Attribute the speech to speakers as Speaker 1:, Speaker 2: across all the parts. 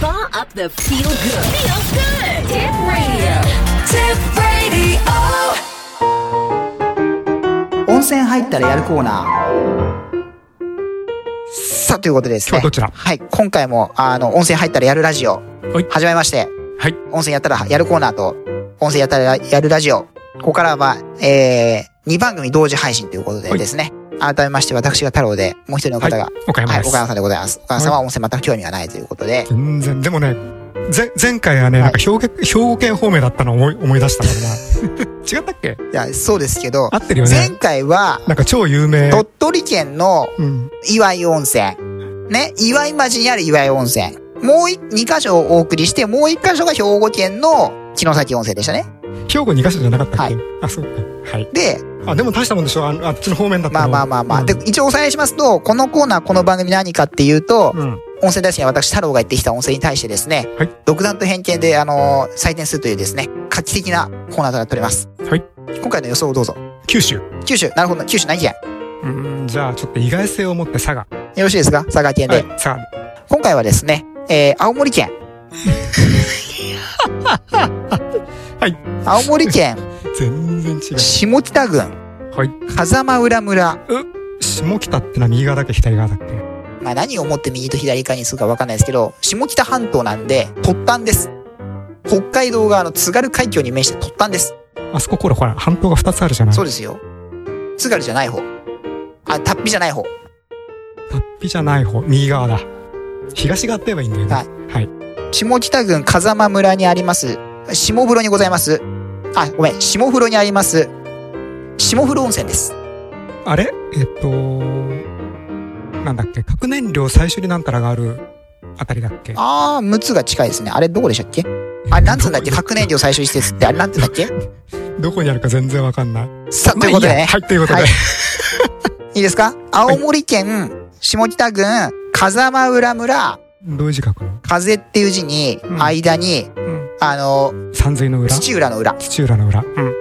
Speaker 1: Power up the feel good. Feel good. Tip radio.
Speaker 2: 温泉入ったらやるコーナー。さあ、ということでですね。
Speaker 3: 今日はどちら
Speaker 2: はい。今回も、あの、温泉入ったらやるラジオ
Speaker 3: はい。
Speaker 2: 始まりまして、
Speaker 3: はい。
Speaker 2: 温泉やったらやるコーナーと、温泉やったらやるラジオ。ここからは、えー、2番組同時配信ということでですね。改めまして、私が太郎で、もう一人の方が、
Speaker 3: はい岡山です
Speaker 2: 岡山さんでございます。岡山さんは温泉全く興味がないということで、
Speaker 3: 全然、でもね、ぜ、前回はね、
Speaker 2: は
Speaker 3: ないんか兵庫、兵庫県方面だったのを思い、思い出したからな。違 ったっけ
Speaker 2: いやそうですけど
Speaker 3: 合、ってるよ
Speaker 2: 前
Speaker 3: ね。
Speaker 2: 回は、
Speaker 3: なんか超有名。
Speaker 2: 鳥取県の
Speaker 3: うん。
Speaker 2: 岩井温泉。ね、岩井町にある岩井温泉。もうい二箇所をお送りして、もう一箇所が兵庫県の城崎温泉でしたね。
Speaker 3: 兵庫2カ所じゃなかったっけ
Speaker 2: は
Speaker 3: あ、そうか。はい。
Speaker 2: で、
Speaker 3: あ、でも大したもんでしょああっちの方面だった
Speaker 2: まあ
Speaker 3: の
Speaker 2: まあまあまあ。
Speaker 3: うん
Speaker 2: で、一応おさらいしますと、このコーナー、この番組何かっていうと、
Speaker 3: うん。
Speaker 2: 温泉大好きな私太郎が行ってきた温泉に対してですね、
Speaker 3: はい
Speaker 2: 独断と偏見で、あのー採点するというですね、画期的なコーナーとなっております。
Speaker 3: はい。
Speaker 2: 今回の予想をどうぞ。
Speaker 3: 九州。
Speaker 2: 九州、なるほど、九州何県
Speaker 3: うーん、じゃあちょっと意外性を持って佐賀。
Speaker 2: よろしいですか佐賀県で。
Speaker 3: はい、佐賀。
Speaker 2: 今回はですね、えー、青森県。
Speaker 3: はい。
Speaker 2: 青森 県、
Speaker 3: 全然違う。
Speaker 2: 下北郡、
Speaker 3: はい。
Speaker 2: 風間浦村。
Speaker 3: 下北ってのは右側だっけ左側だっけ
Speaker 2: まあ何をもって右と左側にするかわかんないですけど、下北半島なんで、突端です。北海道側の津軽海峡に面して突端です。
Speaker 3: あそこほらほら、半島が2つあるじゃない
Speaker 2: そうですよ。津軽じゃない方。あ、達筆じゃない方。
Speaker 3: 脱皮じゃない方、右側だ。東側って言えばいいんだよね。
Speaker 2: はい
Speaker 3: はい。
Speaker 2: 下北郡風間村にあります、下風呂にございます。あ、ごめん、下風呂にあります、下風呂温泉です。
Speaker 3: あれえっと、なんだっけ核燃料最初になんたらがあるあたりだっけ
Speaker 2: あー、むつが近いですね。あれどこでしたっけあれなんつうんだっけ
Speaker 3: どこ
Speaker 2: 核燃料最終施設ってあれなんつうんだっけ
Speaker 3: どこにあるか全然わかんない。
Speaker 2: さあ、ということで
Speaker 3: まあいい
Speaker 2: ね。
Speaker 3: やはい、ということで。
Speaker 2: はいいいですか青森県、下北郡、風間浦村、
Speaker 3: どういう字書くの
Speaker 2: 風っていう字に、
Speaker 3: うん
Speaker 2: 間に、
Speaker 3: うん。
Speaker 2: あの、
Speaker 3: 山水の裏
Speaker 2: 土浦の裏、
Speaker 3: 土浦の裏。うん。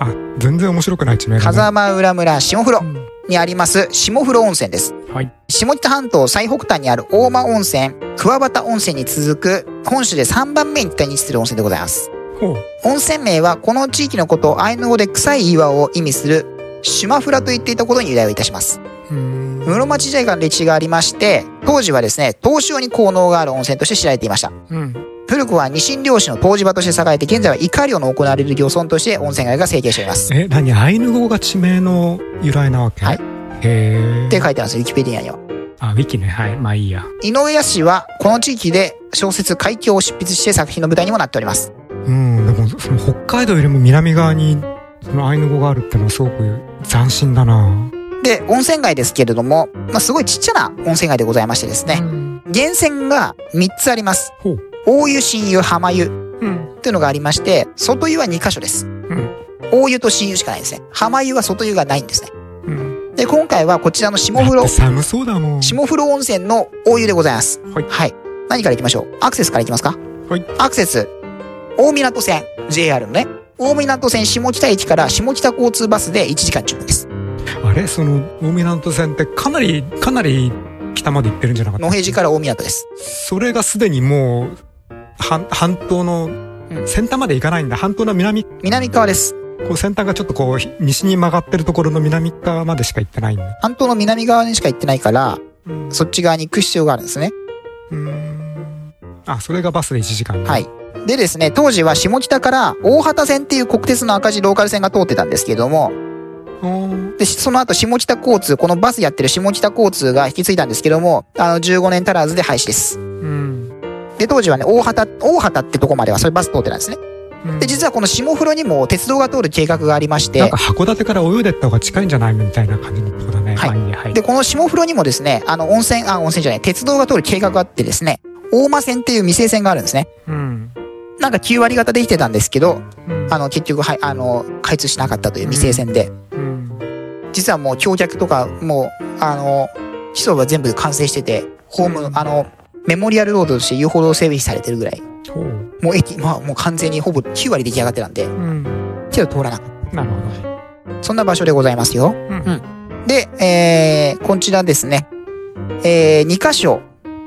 Speaker 3: あ、全然面白くない地名だね。
Speaker 2: 風間浦村下風呂
Speaker 3: うん
Speaker 2: にあります、下風呂温泉です。
Speaker 3: はい。
Speaker 2: 下北半島最北端にある大間温泉、桑畑温泉に続く、本州で3番目に北に位置する温泉でございます。
Speaker 3: ほう。
Speaker 2: 温泉名はこの地域のことをアイヌ語で臭い岩を意味する、シュマフラと言っていたことに由来をいたします。
Speaker 3: うーん。
Speaker 2: 室町時代からの歴史がありまして、当時はですね、東潮に効能がある温泉として知られていました。
Speaker 3: うん。
Speaker 2: 古くはニシン漁師の湯治場として栄えて、現在はイカ漁の行われる漁村として温泉街が成形しています。
Speaker 3: え、何アイヌ語が地名の由来なわけ
Speaker 2: はい。
Speaker 3: へー
Speaker 2: って書いてあるんですよ、ウィキペディアには。
Speaker 3: あ、ウィキね。はい。まあいいや。
Speaker 2: 井上康は、この地域で小説海峡を執筆して作品の舞台にもなっております。
Speaker 3: うん、でも、その北海道よりも南側に、そのアイヌ語があるってのはすごく斬新だな
Speaker 2: で、温泉街ですけれども、まあ、すごいちっちゃな温泉街でございましてですね、
Speaker 3: うん。
Speaker 2: 源泉が3つあります。
Speaker 3: ほう。
Speaker 2: 大湯、新湯、浜湯
Speaker 3: うん。
Speaker 2: というのがありまして、外湯は2箇所です。
Speaker 3: うん。
Speaker 2: 大湯と新湯しかないですね。浜湯は外湯がないんですね。
Speaker 3: うん。
Speaker 2: で、今回はこちらの下
Speaker 3: だ
Speaker 2: 風
Speaker 3: っ
Speaker 2: 呂
Speaker 3: て、寒そうだもん。
Speaker 2: 下風呂温泉の大湯でございます。
Speaker 3: はい
Speaker 2: 何から行きましょうアクセスから行きますか
Speaker 3: はい。
Speaker 2: アクセス、大港線、JR のね。大港線下北駅から下北交通バスで1時間10分です。
Speaker 3: あれその、大港線ってかなり、かなり北まで行ってるんじゃなかっ
Speaker 2: 野平寺から大港です。
Speaker 3: たそれがすでにもう、半、半島の
Speaker 2: うん、
Speaker 3: 先端まで行かないんだ。半島の南、こ
Speaker 2: 南側です。
Speaker 3: う先端がちょっとこう、ひ西に曲がってるところの南側までしか行ってないんだ。
Speaker 2: 半島の南側にしか行ってないから、
Speaker 3: うん。
Speaker 2: そっち側に行く必要があるんですね。
Speaker 3: うん。あ、それがバスで1時間。
Speaker 2: はい。でですね、当時は下北から大畑線っていう国鉄の赤字ローカル線が通ってたんですけれども、
Speaker 3: おー
Speaker 2: で、その後下北交通、このバスやってる下北交通が引き継いだんですけども、あの、15年足らずで廃止です。
Speaker 3: うん。
Speaker 2: で、当時はね、大畑、大畑ってとこまではそれバス通ってたんですね。
Speaker 3: うん
Speaker 2: で、実はこの下風呂にも鉄道が通る計画がありまし
Speaker 3: なん
Speaker 2: て
Speaker 3: か、函館から泳いでった方が近いんじゃないみたいな感じのとこだね。
Speaker 2: はい
Speaker 3: まあいいやはい。
Speaker 2: で、この下風呂にもですね、あの、温泉、あ、温泉じゃない、鉄道が通る計画があってですね、大間線っていう未成線があるんですね。
Speaker 3: うん。
Speaker 2: なんか9割方できてたんですけど、
Speaker 3: うん
Speaker 2: あの、結局、はい、あの、開通しなかったという未成線で、
Speaker 3: うん。
Speaker 2: 実はもう橋脚とか、もう、あの、基礎が全部完成してて、ホーム、
Speaker 3: うん
Speaker 2: あの、メモリアルロードとして遊歩道整備されてるぐらい、
Speaker 3: ほう。
Speaker 2: もう駅、まあもう完全にほぼ9割出来上がってたんで、
Speaker 3: うん。
Speaker 2: けど通らなかっ
Speaker 3: なるほど。
Speaker 2: た。そんな場所でございますよ。
Speaker 3: うん
Speaker 2: で、えー、こちらですね。えー、2箇所、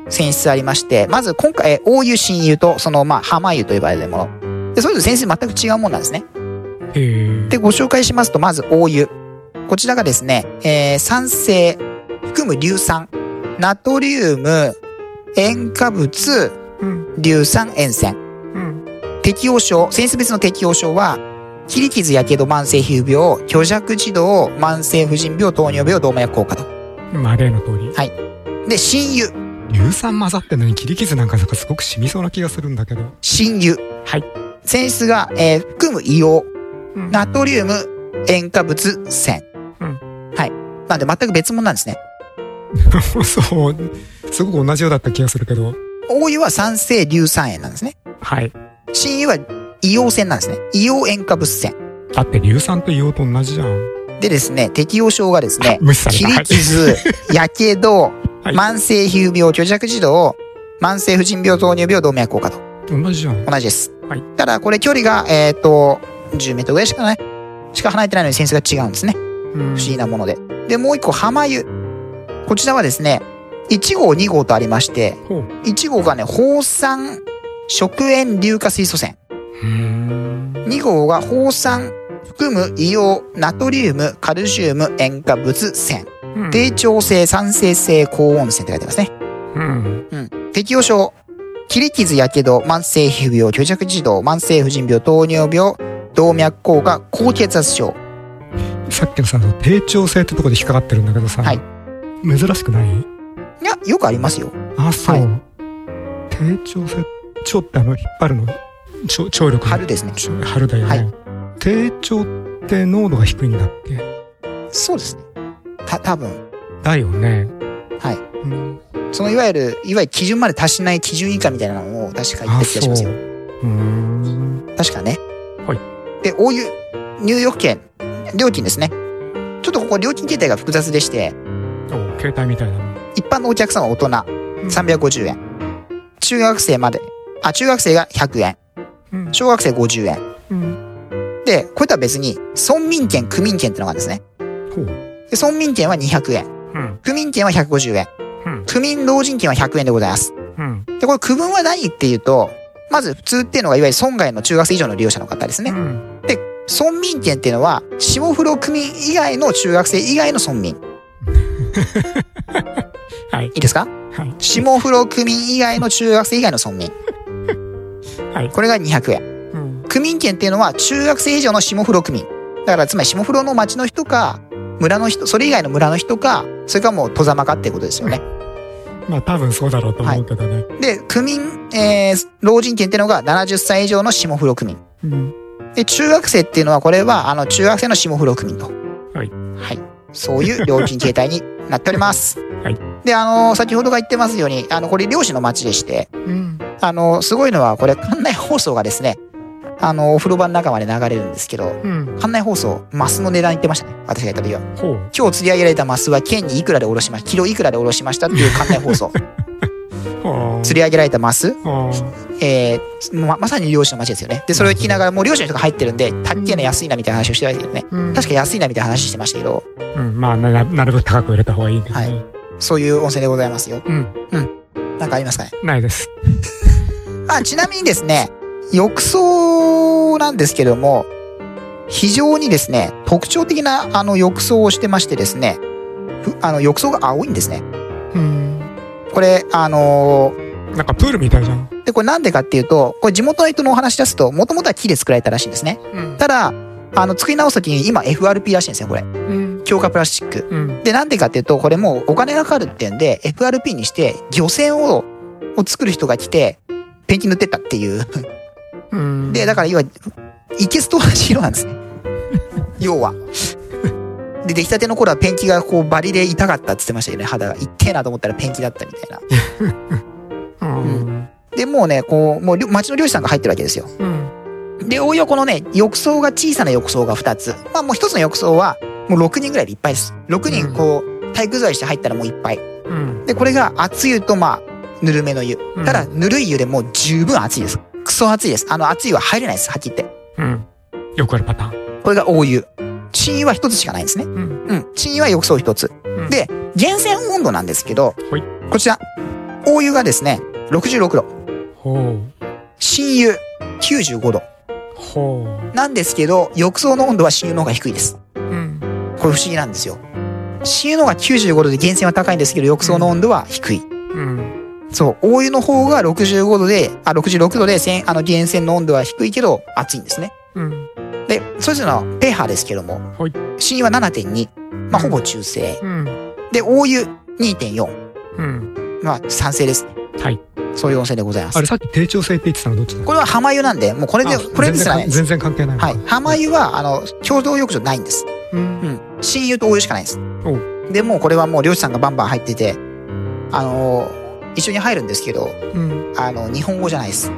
Speaker 2: 選出ありまして、まず今回、えー大湯、新湯と、その、まあ、浜湯と呼ばれるもの。で、それぞれ選出全く違うもんなんですね。
Speaker 3: へえ。
Speaker 2: で、ご紹介しますと、まず大湯。こちらがですね、えー酸性、含む硫酸、ナトリウム、塩化物、
Speaker 3: うん。
Speaker 2: 硫酸塩泉。
Speaker 3: うん。
Speaker 2: 適応症、センス別の適応症は、切り傷、やけど、慢性皮膚病、虚弱児童、慢性婦人病、糖尿病、動脈硬化と。
Speaker 3: まあ、例の通り。
Speaker 2: で、新湯、
Speaker 3: 硫酸混ざってんのに切り傷なんかなんかすごく染みそうな気がするんだけど。
Speaker 2: 新湯。
Speaker 3: はい。
Speaker 2: 性質が、えー含む硫
Speaker 3: う
Speaker 2: 黄、
Speaker 3: ん。
Speaker 2: ナトリウム、塩化物、泉。
Speaker 3: うん
Speaker 2: はい。なんで全く別物なんですね。
Speaker 3: そう。すごく同じようだった気がするけど。
Speaker 2: 大湯は酸性硫酸塩なんですね。
Speaker 3: はい。
Speaker 2: 新湯は硫黄泉なんですね。硫黄塩化物泉。
Speaker 3: だって硫酸と硫黄と同じじゃん。、
Speaker 2: でですね、適応症がですね
Speaker 3: 無視され
Speaker 2: 切
Speaker 3: た。は
Speaker 2: り
Speaker 3: い
Speaker 2: 傷、やけど、
Speaker 3: はい
Speaker 2: 慢性皮膚病、虚弱児童、慢性婦人病、糖尿病、動脈硬化と
Speaker 3: 同じじゃん。
Speaker 2: 同じです。
Speaker 3: はい
Speaker 2: ただ、これ距離が、えっ、と、10メートルぐらいしかない、しか離れてないのにセンスが違うんですね。
Speaker 3: 不
Speaker 2: 不思議なもので。で、もう一個、浜湯。こちらはですね、1号、2号とありまして、
Speaker 3: ほう。
Speaker 2: 1号がね、放酸食塩硫化水素泉。
Speaker 3: うん。
Speaker 2: 2号が放酸含む硫黄、ナトリウム、カルシウム、塩化物泉。低調性、酸性性、高温泉って書いてますね。
Speaker 3: うん。
Speaker 2: うん。適応症。切り傷、やけど、慢性皮膚病、虚弱児童、慢性婦人病、糖尿病、動脈硬化、高血圧症。
Speaker 3: さっきのさ、その低調性ってとこで引っかかってるんだけどさ。
Speaker 2: はい
Speaker 3: 珍しくない
Speaker 2: いや、よくありますよ。
Speaker 3: あ、そう。
Speaker 2: はい
Speaker 3: 低調性。腸ってあの、引っ張るの。腸腸力の
Speaker 2: 春ですね。
Speaker 3: 春だよね、
Speaker 2: はい
Speaker 3: 低調って濃度が低いんだっけ
Speaker 2: そうですね。た、多分。
Speaker 3: だよね
Speaker 2: はい。
Speaker 3: うん
Speaker 2: その、いわゆる、いわゆる基準まで達しない基準以下みたいなのを確か言っ
Speaker 3: あ
Speaker 2: てる気がし
Speaker 3: そう
Speaker 2: ます
Speaker 3: う
Speaker 2: よ。
Speaker 3: ーん
Speaker 2: 確かね。
Speaker 3: はい。
Speaker 2: で、大湯、入浴券、料金ですね。ちょっとここ料金形態が複雑でして、
Speaker 3: お携帯みたいなの
Speaker 2: 一般のお客さんは大人
Speaker 3: ん
Speaker 2: 350円。中学生まで。あ、中学生が100円。
Speaker 3: うん
Speaker 2: 小学生50円。
Speaker 3: うん
Speaker 2: で、これとは別に、村民権、区民権ってのがあるんですね。
Speaker 3: ほう
Speaker 2: で村民権は200円。
Speaker 3: うん
Speaker 2: 区民権は150円。
Speaker 3: うん
Speaker 2: 区民老人権は100円でございます。
Speaker 3: うん
Speaker 2: で、これ区分は何っていうと、まず普通っていうのがいわゆる村外の中学生以上の利用者の方です
Speaker 3: う
Speaker 2: ね。
Speaker 3: ん
Speaker 2: 村民権っていうのは、下風呂区民以外の中学生以外の村民。
Speaker 3: はい
Speaker 2: いいですか
Speaker 3: はい
Speaker 2: 下風呂区民以外の中学生以外の村民。
Speaker 3: はい
Speaker 2: これが200円。
Speaker 3: うん
Speaker 2: 区民権っていうのは中学生以上の下風呂区民。だからつまり下風呂の町の人か、村の人、それ以外の村の人か、それかもう戸様かっていうことですよね。
Speaker 3: まあ多分そうだろうと思うけどね、
Speaker 2: で、区民、えー、老人権っていうのが70歳以上の下風呂区民。
Speaker 3: うん
Speaker 2: で、中学生っていうのはこれは、あの、中学生の下風呂区民と。
Speaker 3: はい
Speaker 2: はい。そういう料金形態になっております。
Speaker 3: はい。
Speaker 2: で、あの先ほどが言ってますように、あの、これ漁師の町でして、
Speaker 3: うん
Speaker 2: あのすごいのは、これ、館内放送がですね、あのお風呂場の中まで流れるんですけど、
Speaker 3: うん
Speaker 2: 館内放送、マスの値段言ってましたね。私が言った時は。
Speaker 3: ほう
Speaker 2: 今日釣り上げられたマスは県にいくらでおろしました、キロいくらでおろしましたっていう館内放 送。
Speaker 3: ほう
Speaker 2: 釣り上げられたマス、
Speaker 3: ほう
Speaker 2: えー、ま、まさに漁師の街ですよね。で、それを聞きながら、もう漁師の人が入ってるんで、たっけえな安いなみたいな話をしてたんですけどね。
Speaker 3: うん
Speaker 2: 確か安いなみたいな話してましたけど、
Speaker 3: うんまあななるべく高く入れた方がいいけどね、
Speaker 2: はいそういう温泉でございますよ。
Speaker 3: うん
Speaker 2: なんかありますかね。
Speaker 3: ないです
Speaker 2: あ、ちなみにですね、浴槽なんですけども、非常にですね、特徴的なあの浴槽をしてましてですね、ふあの浴槽が青いんですね。
Speaker 3: うん
Speaker 2: これ、あの
Speaker 3: なんかプールみたいじゃん
Speaker 2: ーで、これなんでかっていうと、これ地元の人のお話し出すと、もともとは木で作られたらしいんですね。
Speaker 3: うん
Speaker 2: ただ、あの、作り直すときに今 FRP らしいんですよ、これ。
Speaker 3: うん
Speaker 2: 強化プラスチック。
Speaker 3: うん
Speaker 2: で、なんでかっていうと、これもうお金がかかるってんで、FRP にして、漁船を、を作る人が来て、ペンキ塗ってったっていう。
Speaker 3: うん
Speaker 2: で、だから要は、いけすと同じ色なん ですね。要は。で、出来たての頃はペンキがこうバリで痛かったって言ってましたよね、肌が。痛えなと思ったらペンキだったみたいな。
Speaker 3: うん
Speaker 2: で、もうね、こう、もうりょ町の漁師さんが入ってるわけですよ。
Speaker 3: うん
Speaker 2: で、おおよこのね、浴槽が小さな浴槽が2つ。まあもう1つの浴槽は、もう6人ぐらいでいっぱいです。6
Speaker 3: うん
Speaker 2: 人こう、体育座りして入ったらもういっぱい。
Speaker 3: うん
Speaker 2: で、これが熱湯とまあ、ぬるめの湯。
Speaker 3: うん
Speaker 2: ただ、ぬるい湯でもう十分熱いです。クソ熱いです。あの熱い湯は入れないです、はっきり言って。
Speaker 3: うんよくあるパターン
Speaker 2: これが大湯。新湯は一つしかないんですね。
Speaker 3: うん
Speaker 2: うん。新湯は浴槽一つ
Speaker 3: ん。
Speaker 2: で、源泉温度なんですけど
Speaker 3: はい、
Speaker 2: こちら、大湯がですね、66度。
Speaker 3: ほ
Speaker 2: 新湯、95度。
Speaker 3: う。ほ
Speaker 2: なんですけど、浴槽の温度は新湯の方が低いです。
Speaker 3: う。うん。
Speaker 2: これ不思議なんですよ。新湯の方が95度で源泉は高いんですけど、浴槽の温度は低い。
Speaker 3: うん。
Speaker 2: そう、大湯の方が65度で、あ、66度で、せんあの、源泉の温度は低いけど、熱いんですね。
Speaker 3: うん。
Speaker 2: で、それぞれのペーハーですけども、
Speaker 3: はい
Speaker 2: 新湯は7.2。まあ、ほぼ中性。
Speaker 3: うん。
Speaker 2: で、大湯2.4。
Speaker 3: うん。
Speaker 2: まあ、酸性ですね。
Speaker 3: はい。
Speaker 2: そういう温泉でございま
Speaker 3: あ
Speaker 2: す。
Speaker 3: れ、さっき低調性って言ってたのどっちだ
Speaker 2: これは浜湯なんで、もうこれで、
Speaker 3: あ
Speaker 2: これですらないで
Speaker 3: 全然
Speaker 2: す。
Speaker 3: 全然関係ないのか。
Speaker 2: はい。浜湯は、あの、共同浴場ないんです。
Speaker 3: うん。
Speaker 2: うん。新湯と大湯しかないです
Speaker 3: お。
Speaker 2: で、もうこれはもう漁師さんがバンバン入ってて、あのー一緒に入るんですけど、
Speaker 3: うん。
Speaker 2: あの、日本語じゃないです。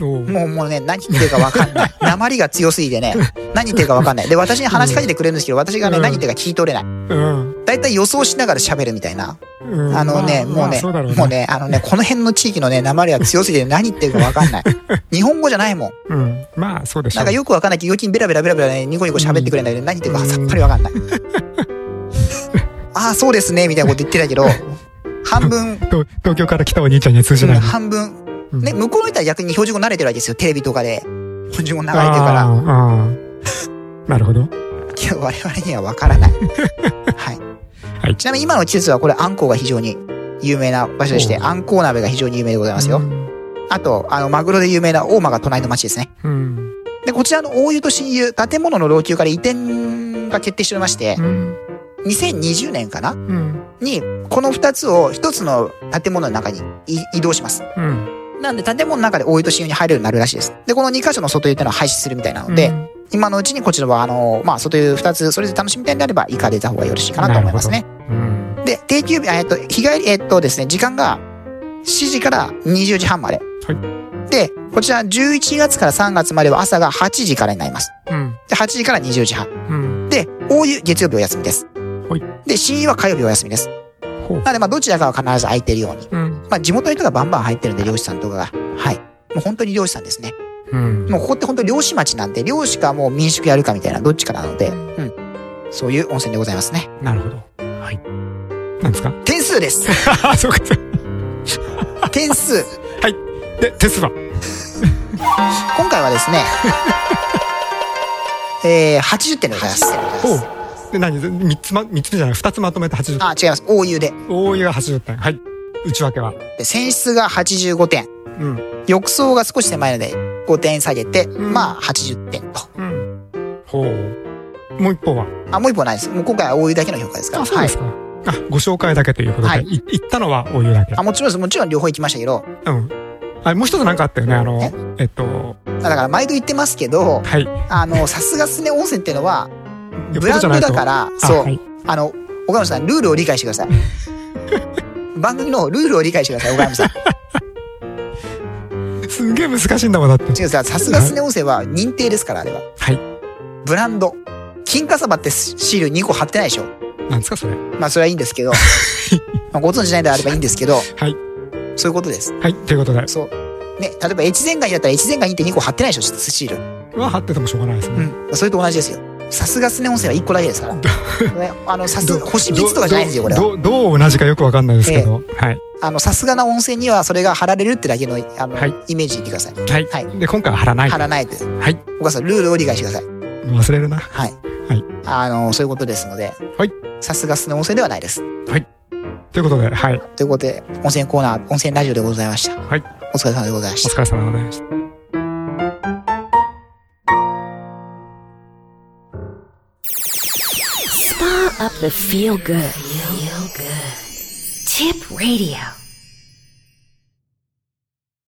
Speaker 3: おう。
Speaker 2: もう、もうね、何言ってるかわかん ない。鉛が強すぎてね、何言ってるかわかんない。で、私に話しかけてくれるんですけど、私がね、
Speaker 3: うん
Speaker 2: 何言ってるか聞い取れない。
Speaker 3: うん。
Speaker 2: だいたい予想しながら喋るみたいな。
Speaker 3: うん
Speaker 2: あのね、
Speaker 3: ま
Speaker 2: もう
Speaker 3: あまあ
Speaker 2: ね、
Speaker 3: そうだろう
Speaker 2: もう。ね、あのね、この辺の地域のね、鉛が強すぎて何言ってるかわかんない。日本語じゃないもん。
Speaker 3: うん。まあ、そうでしょ
Speaker 2: なん
Speaker 3: う。
Speaker 2: かよくわかんないけど、預金ベラベラベラベラね、ニコニコ喋ってくれないけど、何言ってるかさっぱりわか んない。ああ、そうですね、みたいなこと言ってたけど、半分、
Speaker 3: 東東京から来たお兄ちゃんには通じない。
Speaker 2: 半分、
Speaker 3: うん
Speaker 2: ね、向こうの人は逆に標準語慣れてるわけですよ、テレビとかで。標準語流れてるから。
Speaker 3: ああ。なるほど。
Speaker 2: いや、我々にはわからない。はい。
Speaker 3: はい
Speaker 2: ちなみに今の季節はこれ、あんこうが非常に有名な場所でして、
Speaker 3: お
Speaker 2: あんこう鍋が非常に有名でございます
Speaker 3: う
Speaker 2: よ。
Speaker 3: ん
Speaker 2: あと、あの、マグロで有名な大間が隣の町ですね。
Speaker 3: うん。
Speaker 2: で、こちらの大湯と新湯、建物の老朽化で移転が決定しておりまして
Speaker 3: う、ん。
Speaker 2: 2020年かな
Speaker 3: うん。
Speaker 2: に、この2つを1つの建物の中にい移動します。
Speaker 3: うん。
Speaker 2: なんで、建物の中で大湯と新湯に入れるようになるらしいです。で、この2箇所の外湯っていうのは廃止するみたいなので、
Speaker 3: うん、
Speaker 2: 今のうちにこちらは、あの、まあ、外湯2つ、それで楽しみたいんであれば、行かれた方がよろしいかなと思いますね。
Speaker 3: うん。
Speaker 2: で、定休日、あえっと、日帰り、えっとですね、時間が7時から20時半まで。で、こちら11月から3月までは朝が8時からになります。
Speaker 3: うん。
Speaker 2: で、8時から20時半。
Speaker 3: うん。
Speaker 2: で、大湯月曜日お休みです。
Speaker 3: はい
Speaker 2: で、新湯は火曜日お休みです。
Speaker 3: ほう。
Speaker 2: なので、まあ、どちらかは必ず空いてるように。
Speaker 3: うん。
Speaker 2: まあ、地元の人がバンバン入ってるんで、漁師さんとかが。はい。もう本当に漁師さんですね。
Speaker 3: うん。
Speaker 2: もうここって本当に漁師町なんで、漁師かもう民宿やるかみたいな、どっちかなので、うん。そういう温泉でございますね。
Speaker 3: なるほど。はい。なんですか
Speaker 2: 点数です。
Speaker 3: あ、そうか。そうか
Speaker 2: 点数。
Speaker 3: で、テスラ。
Speaker 2: 今回はです ね、えー、80点でございます。
Speaker 3: ほう。で、何三つま、三つ目じゃない二つまとめて80点。
Speaker 2: あ、違います。大湯で。
Speaker 3: 大湯が80点。はい。内訳は。
Speaker 2: で泉質が85点。
Speaker 3: うん。
Speaker 2: 浴槽が少し狭いので5点下げて、
Speaker 3: ん
Speaker 2: まあ80点と。
Speaker 3: うん。ほう。もう一方は
Speaker 2: あ、もう一本ないです。もう今回は大湯だけの評価ですから。
Speaker 3: あ、そうですか。あ、ご紹介だけということで、
Speaker 2: はい
Speaker 3: い行ったのはお湯だけ
Speaker 2: あ、。もちろんです。もちろん両方行きましたけど、
Speaker 3: うん。あ、もう一つなんかあったよね。あの、えっと、
Speaker 2: あだから毎度言ってますけど、
Speaker 3: はい。
Speaker 2: あの、さすがすね温泉っていうのは、ブ
Speaker 3: よっぽど
Speaker 2: ラン
Speaker 3: じ
Speaker 2: ド
Speaker 3: ゃないと
Speaker 2: だから、
Speaker 3: あ
Speaker 2: そう、
Speaker 3: はい
Speaker 2: あの、岡山さん、ルールを理解してください。 番組のルールを理解してください、岡山さん。
Speaker 3: すんげえ難しいんだもん、だって。
Speaker 2: 違う、さすがすね温泉は認定ですから、あれは。
Speaker 3: はい。
Speaker 2: ブランド。金華サバってシール2個貼ってないでしょ。
Speaker 3: なんですか、それ。
Speaker 2: まあそれはいいんですけ ど。まあご存知ないであればいいんですけど、
Speaker 3: はい。
Speaker 2: そういうことです。
Speaker 3: はい。ということで。
Speaker 2: そう。ね、例えば越前ガニだったら越前ガニって2個貼ってないでしょ、シール。
Speaker 3: は貼っててもしょうがないですね。
Speaker 2: うん。それと同じですよ。さすがすね温泉は1個だけですから。ね、あの、さす、星3つとかじゃないんですよ、これは。
Speaker 3: どどどう同じかよくわかんないですけど。はい。
Speaker 2: あの、さすがな温泉にはそれが貼られるってだけの、あの、
Speaker 3: はい
Speaker 2: イメージで言ってください。
Speaker 3: はい。
Speaker 2: はい
Speaker 3: で、今回は貼らない。
Speaker 2: 貼
Speaker 3: は
Speaker 2: らないで。
Speaker 3: い。
Speaker 2: お母さん、ルールを理解してください。
Speaker 3: 忘れるな。
Speaker 2: はい。
Speaker 3: はい。
Speaker 2: あの、そういうことですので。
Speaker 3: はい。
Speaker 2: さすがすね温泉ではないです。
Speaker 3: ということで、はい。
Speaker 2: ということで、温泉コーナー、温泉ラジオでございました。
Speaker 3: はい。
Speaker 2: お疲れ様でございま
Speaker 3: お
Speaker 2: した。
Speaker 3: 疲れ様でございました。
Speaker 1: Spa up the feel good. Feel good. Tip radio.